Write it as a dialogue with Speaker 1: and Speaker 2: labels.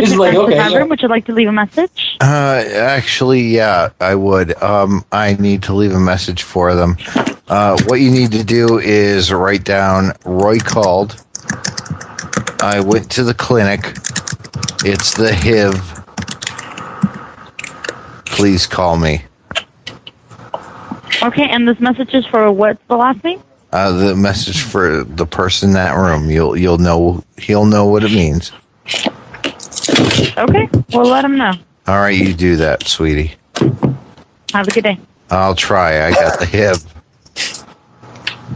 Speaker 1: This is like,
Speaker 2: person
Speaker 1: okay,
Speaker 2: in my
Speaker 1: yeah.
Speaker 2: room. Would you like to leave a message?
Speaker 3: Uh, actually, yeah, I would. Um, I need to leave a message for them. Uh, what you need to do is write down Roy called. I went to the clinic. It's the HIV. Please call me.
Speaker 2: Okay, and this message is for what's the last name?
Speaker 3: Uh, the message for the person in that room. You'll you'll know he'll know what it means.
Speaker 2: Okay, we'll let him know.
Speaker 3: All right, you do that, sweetie.
Speaker 2: Have a good day.
Speaker 3: I'll try. I got the HIV.